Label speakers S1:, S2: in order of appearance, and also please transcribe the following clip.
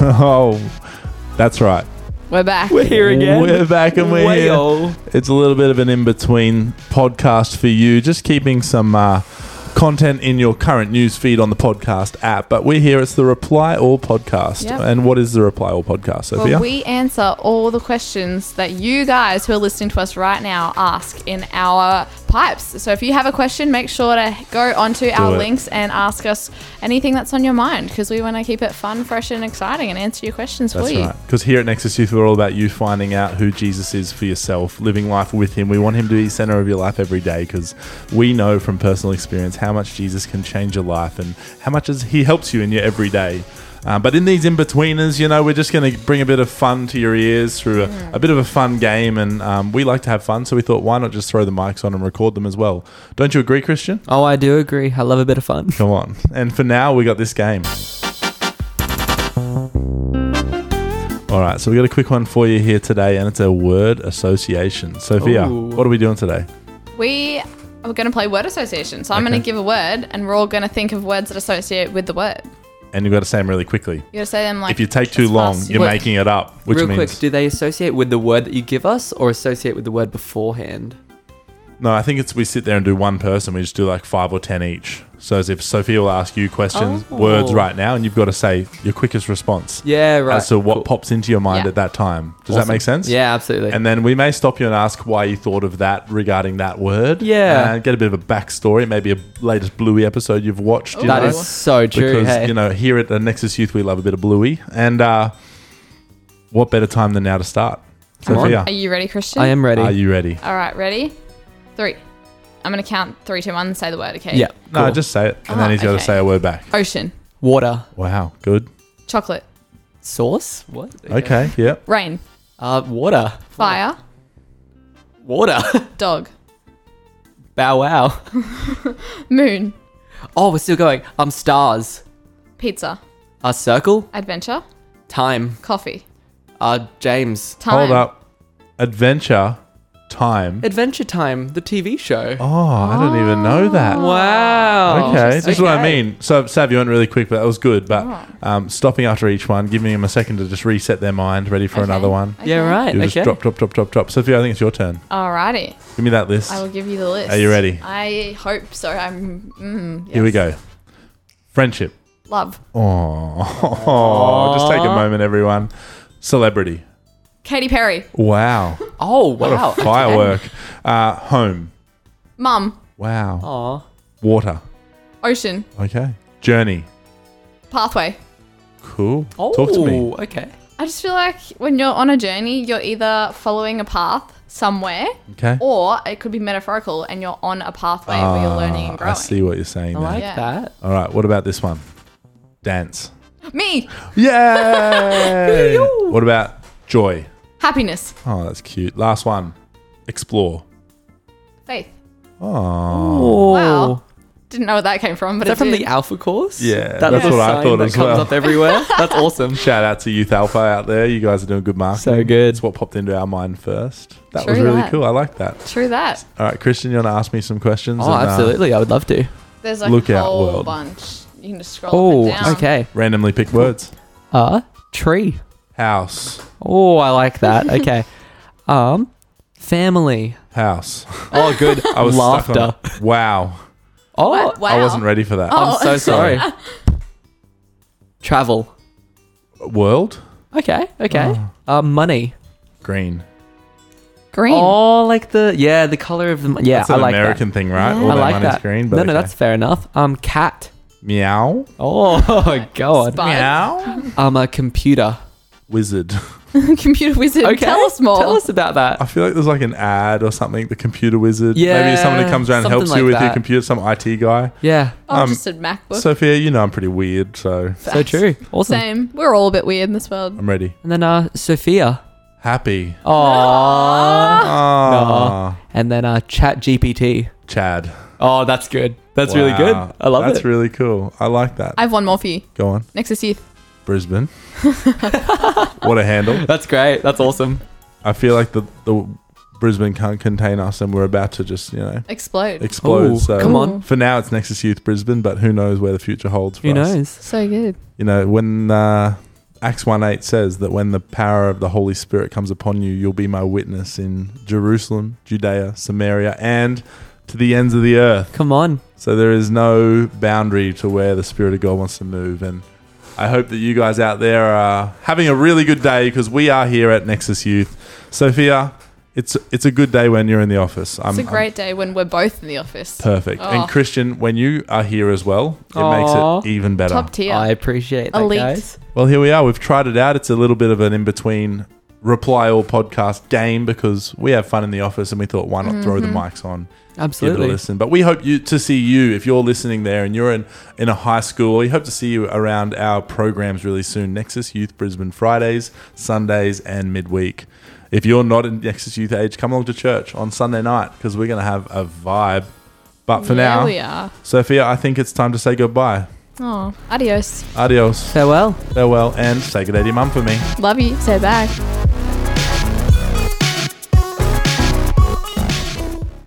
S1: oh, that's right.
S2: We're back.
S3: We're here again.
S1: We're back and we're here.
S3: Wayo.
S1: It's a little bit of an in between podcast for you, just keeping some uh, content in your current news feed on the podcast app. But we're here, it's the Reply All podcast.
S2: Yep.
S1: And what is the Reply All podcast, Sophia?
S2: Well, we answer all the questions that you guys who are listening to us right now ask in our pipes. So if you have a question, make sure to go onto our
S1: it.
S2: links and ask us anything that's on your mind because we want to keep it fun, fresh, and exciting and answer your questions
S1: That's
S2: for you.
S1: right. Because here at Nexus Youth, we're all about you finding out who Jesus is for yourself, living life with him. We want him to be the center of your life every day because we know from personal experience how much Jesus can change your life and how much is, he helps you in your everyday. Uh, but in these in betweeners, you know, we're just going to bring a bit of fun to your ears through a,
S2: Mm.
S1: a bit of a fun game. And um, we like to have fun. So we thought, why not just throw the mics on and record them as well? Don't you agree, Christian?
S3: Oh, I do agree. I love a bit of fun.
S1: Come on. And for now, we got this game. All right, so we got a quick one for you here today, and it's a word association. Sophia,
S3: Ooh.
S1: what are we doing today?
S2: We are going to play word association. So I'm going
S1: Okay.
S2: to give a word and we're all going to think of words that associate with the word.
S1: And you've got to say them really quickly.
S2: You got to say them like.
S1: If you take
S2: as
S1: too
S2: fast
S1: long,
S2: as you
S1: you're
S2: can.
S3: Wait.
S1: making it up, which
S3: Real
S1: means
S3: quick, do they associate with the word that you give us or associate with the word beforehand?
S1: no. I think it's we sit there and do one person. We just do like five or ten each. So as if Sophia will ask you questions,
S3: Oh.
S1: words right now, and you've got to say your quickest response
S3: Yeah, right.
S1: as to what
S3: Cool.
S1: pops into your mind
S2: Yeah.
S1: at that time. Does
S3: Awesome.
S1: that make sense?
S3: Yeah, absolutely.
S1: And then we may stop you and ask why you thought of that regarding that word.
S3: Yeah.
S1: And get a bit of a backstory, maybe a latest Bluey episode you've watched. You
S3: that
S1: know,
S3: is so true.
S1: because,
S3: hey.
S1: you know, here at the Nexus Youth, we love a bit of Bluey. And uh, what better time than now to start?
S3: Come on.
S1: Sophia,
S2: Are you ready, Christian?
S3: I am ready.
S1: are you ready?
S2: All right, ready? Three. I'm going to count three, two, one, and say the word, okay?
S3: yeah.
S1: No,
S3: cool.
S1: just say it. And
S2: Ah,
S1: then he's got to
S2: okay.
S1: say a word back.
S2: Ocean,
S3: water,
S1: Wow. Good.
S2: chocolate,
S3: sauce, what?
S1: Okay. Yeah.
S2: rain,
S3: Uh, water,
S2: fire,
S3: water,
S2: dog,
S3: bow wow.
S2: moon,
S3: Oh, we're still going. Um, stars,
S2: pizza,
S3: uh, circle,
S2: adventure,
S3: time,
S2: coffee,
S3: uh, James,
S2: time.
S1: Hold up. Adventure time.
S3: Adventure Time, the TV show.
S1: Oh, I don't even know that.
S3: Wow.
S1: Okay, this is what I
S3: Oh, Okay. Oh.
S1: mean. So, Sav, you went really quick, but that was good. But um, stopping after each one, giving them a second to just reset their mind, ready for another
S2: Okay.
S1: one.
S3: Yeah, right.
S1: You just
S3: okay.
S1: drop, drop, drop, drop, drop. Sophia, I think it's your turn.
S2: Alrighty.
S1: Give me that list.
S2: I will give you the list.
S1: Are you ready?
S2: I hope so. I'm. Mm,
S1: Here we
S2: yes.
S1: go. Friendship.
S2: Love.
S1: Oh, just take a moment, everyone. Celebrity.
S2: Katy Perry.
S1: Wow,
S3: Oh,
S1: what
S3: wow.
S1: a firework. Uh, home.
S2: Mum.
S1: Wow.
S3: Aw.
S1: Water.
S2: Ocean.
S1: Okay. Journey.
S2: Pathway.
S1: Cool.
S3: Oh,
S1: Talk to me.
S3: okay.
S2: I just feel like when you're on a journey, you're either following a path somewhere,
S1: Okay.
S3: Oh,
S2: or it could be metaphorical, and you're on a pathway where you're learning and
S1: Ah, I
S2: growing.
S1: see what you're saying.
S3: I
S1: there.
S3: like
S2: Yeah.
S3: that.
S1: All right. What about this one? Dance.
S2: Me.
S1: Yay! what about joy?
S2: Happiness.
S1: Oh, that's cute. Last one. Explore.
S2: Faith.
S1: Oh.
S3: Oh.
S2: Wow. Didn't know where that came from, but
S3: Is that
S2: it's
S3: from the Alpha course?
S1: Yeah,
S3: That
S1: that's
S3: little
S1: what I
S3: sign
S1: thought
S3: that
S1: as
S3: comes
S1: well.
S3: up everywhere. That's awesome.
S1: Shout out to Youth Alpha out there. You guys are doing good marketing.
S3: So good.
S1: It's what popped into our mind first. That
S2: True
S1: was really
S2: that.
S1: cool. I like that.
S2: True that.
S1: All right, Christian, you want to ask me some questions?
S3: Oh,
S1: And, uh,
S3: absolutely. I would love to.
S2: There's like
S1: Look
S2: a
S1: out,
S2: whole
S1: world.
S2: bunch. You can just scroll
S3: Oh,
S2: up and down.
S3: okay.
S1: randomly pick words.
S3: Uh, tree.
S1: House.
S3: Oh, I like that. Okay. um, family.
S1: House.
S3: Oh, good.
S1: I was stuck on
S3: laughter.
S1: it. Wow.
S3: Oh,
S2: What? Wow.
S1: I wasn't ready for that.
S2: Oh.
S3: I'm so sorry. Travel.
S1: World.
S3: Okay. Okay.
S1: Oh.
S3: Uh, money.
S1: Green.
S2: Green.
S3: Oh, like the yeah, the color of the mon- yeah.
S1: That's
S3: I
S1: an
S3: like
S1: American thing, right?
S3: that.
S1: All
S3: I
S1: their
S3: like
S1: money's
S3: that.
S1: green.
S3: no,
S1: But okay.
S3: no, that's fair enough. Um, cat.
S1: meow.
S3: Oh god.
S2: Spud.
S1: Meow.
S3: Um, a computer.
S1: Wizard.
S2: Computer wizard. Tell us more.
S3: Tell us about
S1: I
S3: that.
S1: feel like there's like an ad or something. The computer wizard. Maybe someone who
S3: Yeah,
S1: comes around and
S3: something
S1: helps
S3: like
S1: you with your
S3: that.
S1: computer. Some IT guy.
S3: Yeah.
S2: Oh, I
S1: um,
S2: just said MacBook.
S1: Sophia, you know I'm pretty weird, so
S3: So true. Awesome.
S2: Same. We're all a bit weird in this world.
S1: I'm ready.
S3: And then uh, Sophia.
S1: Happy.
S3: Oh.
S2: Ah!
S1: Ah,
S3: And then uh, Chat GPT.
S1: Chad.
S3: Oh, that's good. That's really good.
S1: Wow.
S3: I love
S1: That's
S3: it.
S1: really cool. I like that.
S2: I have one more for you.
S1: Go on,
S2: Nexus Youth.
S1: Brisbane. what a handle!
S3: that's great. That's awesome.
S1: I feel like the the Brisbane can't contain us, and we're about to just you know
S2: Explode.
S1: explode.
S3: Ooh,
S1: so
S3: come on.
S1: For now, it's Nexus Youth Brisbane, but who knows where the future holds for
S3: Who
S1: us?
S3: knows?
S2: so good.
S1: You know when. Uh, Acts 1 8 says that when the power of the Holy Spirit comes upon you, you'll be my witness in Jerusalem, Judea, Samaria, and to the ends of the earth.
S3: Come on.
S1: So there is no boundary to where the Spirit of God wants to move. And I hope that you guys out there are having a really good day because we are here at Nexus Youth. Sophia, it's, it's a good day when you're in the office. I'm,
S2: It's a
S1: I'm
S2: great day when we're both in the office.
S1: perfect.
S2: Oh.
S1: And Christian, when you are here as well, it
S3: Aw.
S1: makes it even better.
S2: Top tier.
S3: I appreciate that,
S2: Elite.
S3: guys.
S1: Well, here we are. We've tried it out. It's a little bit of an in between reply all podcast game because we have fun in the office and we thought, why not throw
S2: Mm-hmm.
S1: the mics on, give it a
S3: Absolutely.
S1: listen. But we hope you to see you if you're listening there and you're in, in a high school. We hope to see you around our programs really soon Nexus Youth Brisbane Fridays, Sundays, and midweek. If you're not in Nexus Youth age, come along to church on Sunday night because we're going to have a vibe. But for
S2: there
S1: now,
S2: we are.
S1: Sophia, I think it's time to say goodbye.
S2: Oh, adios.
S1: Adios,
S3: Farewell.
S1: farewell, and say good day to your mum for me.
S2: Love you. Say bye.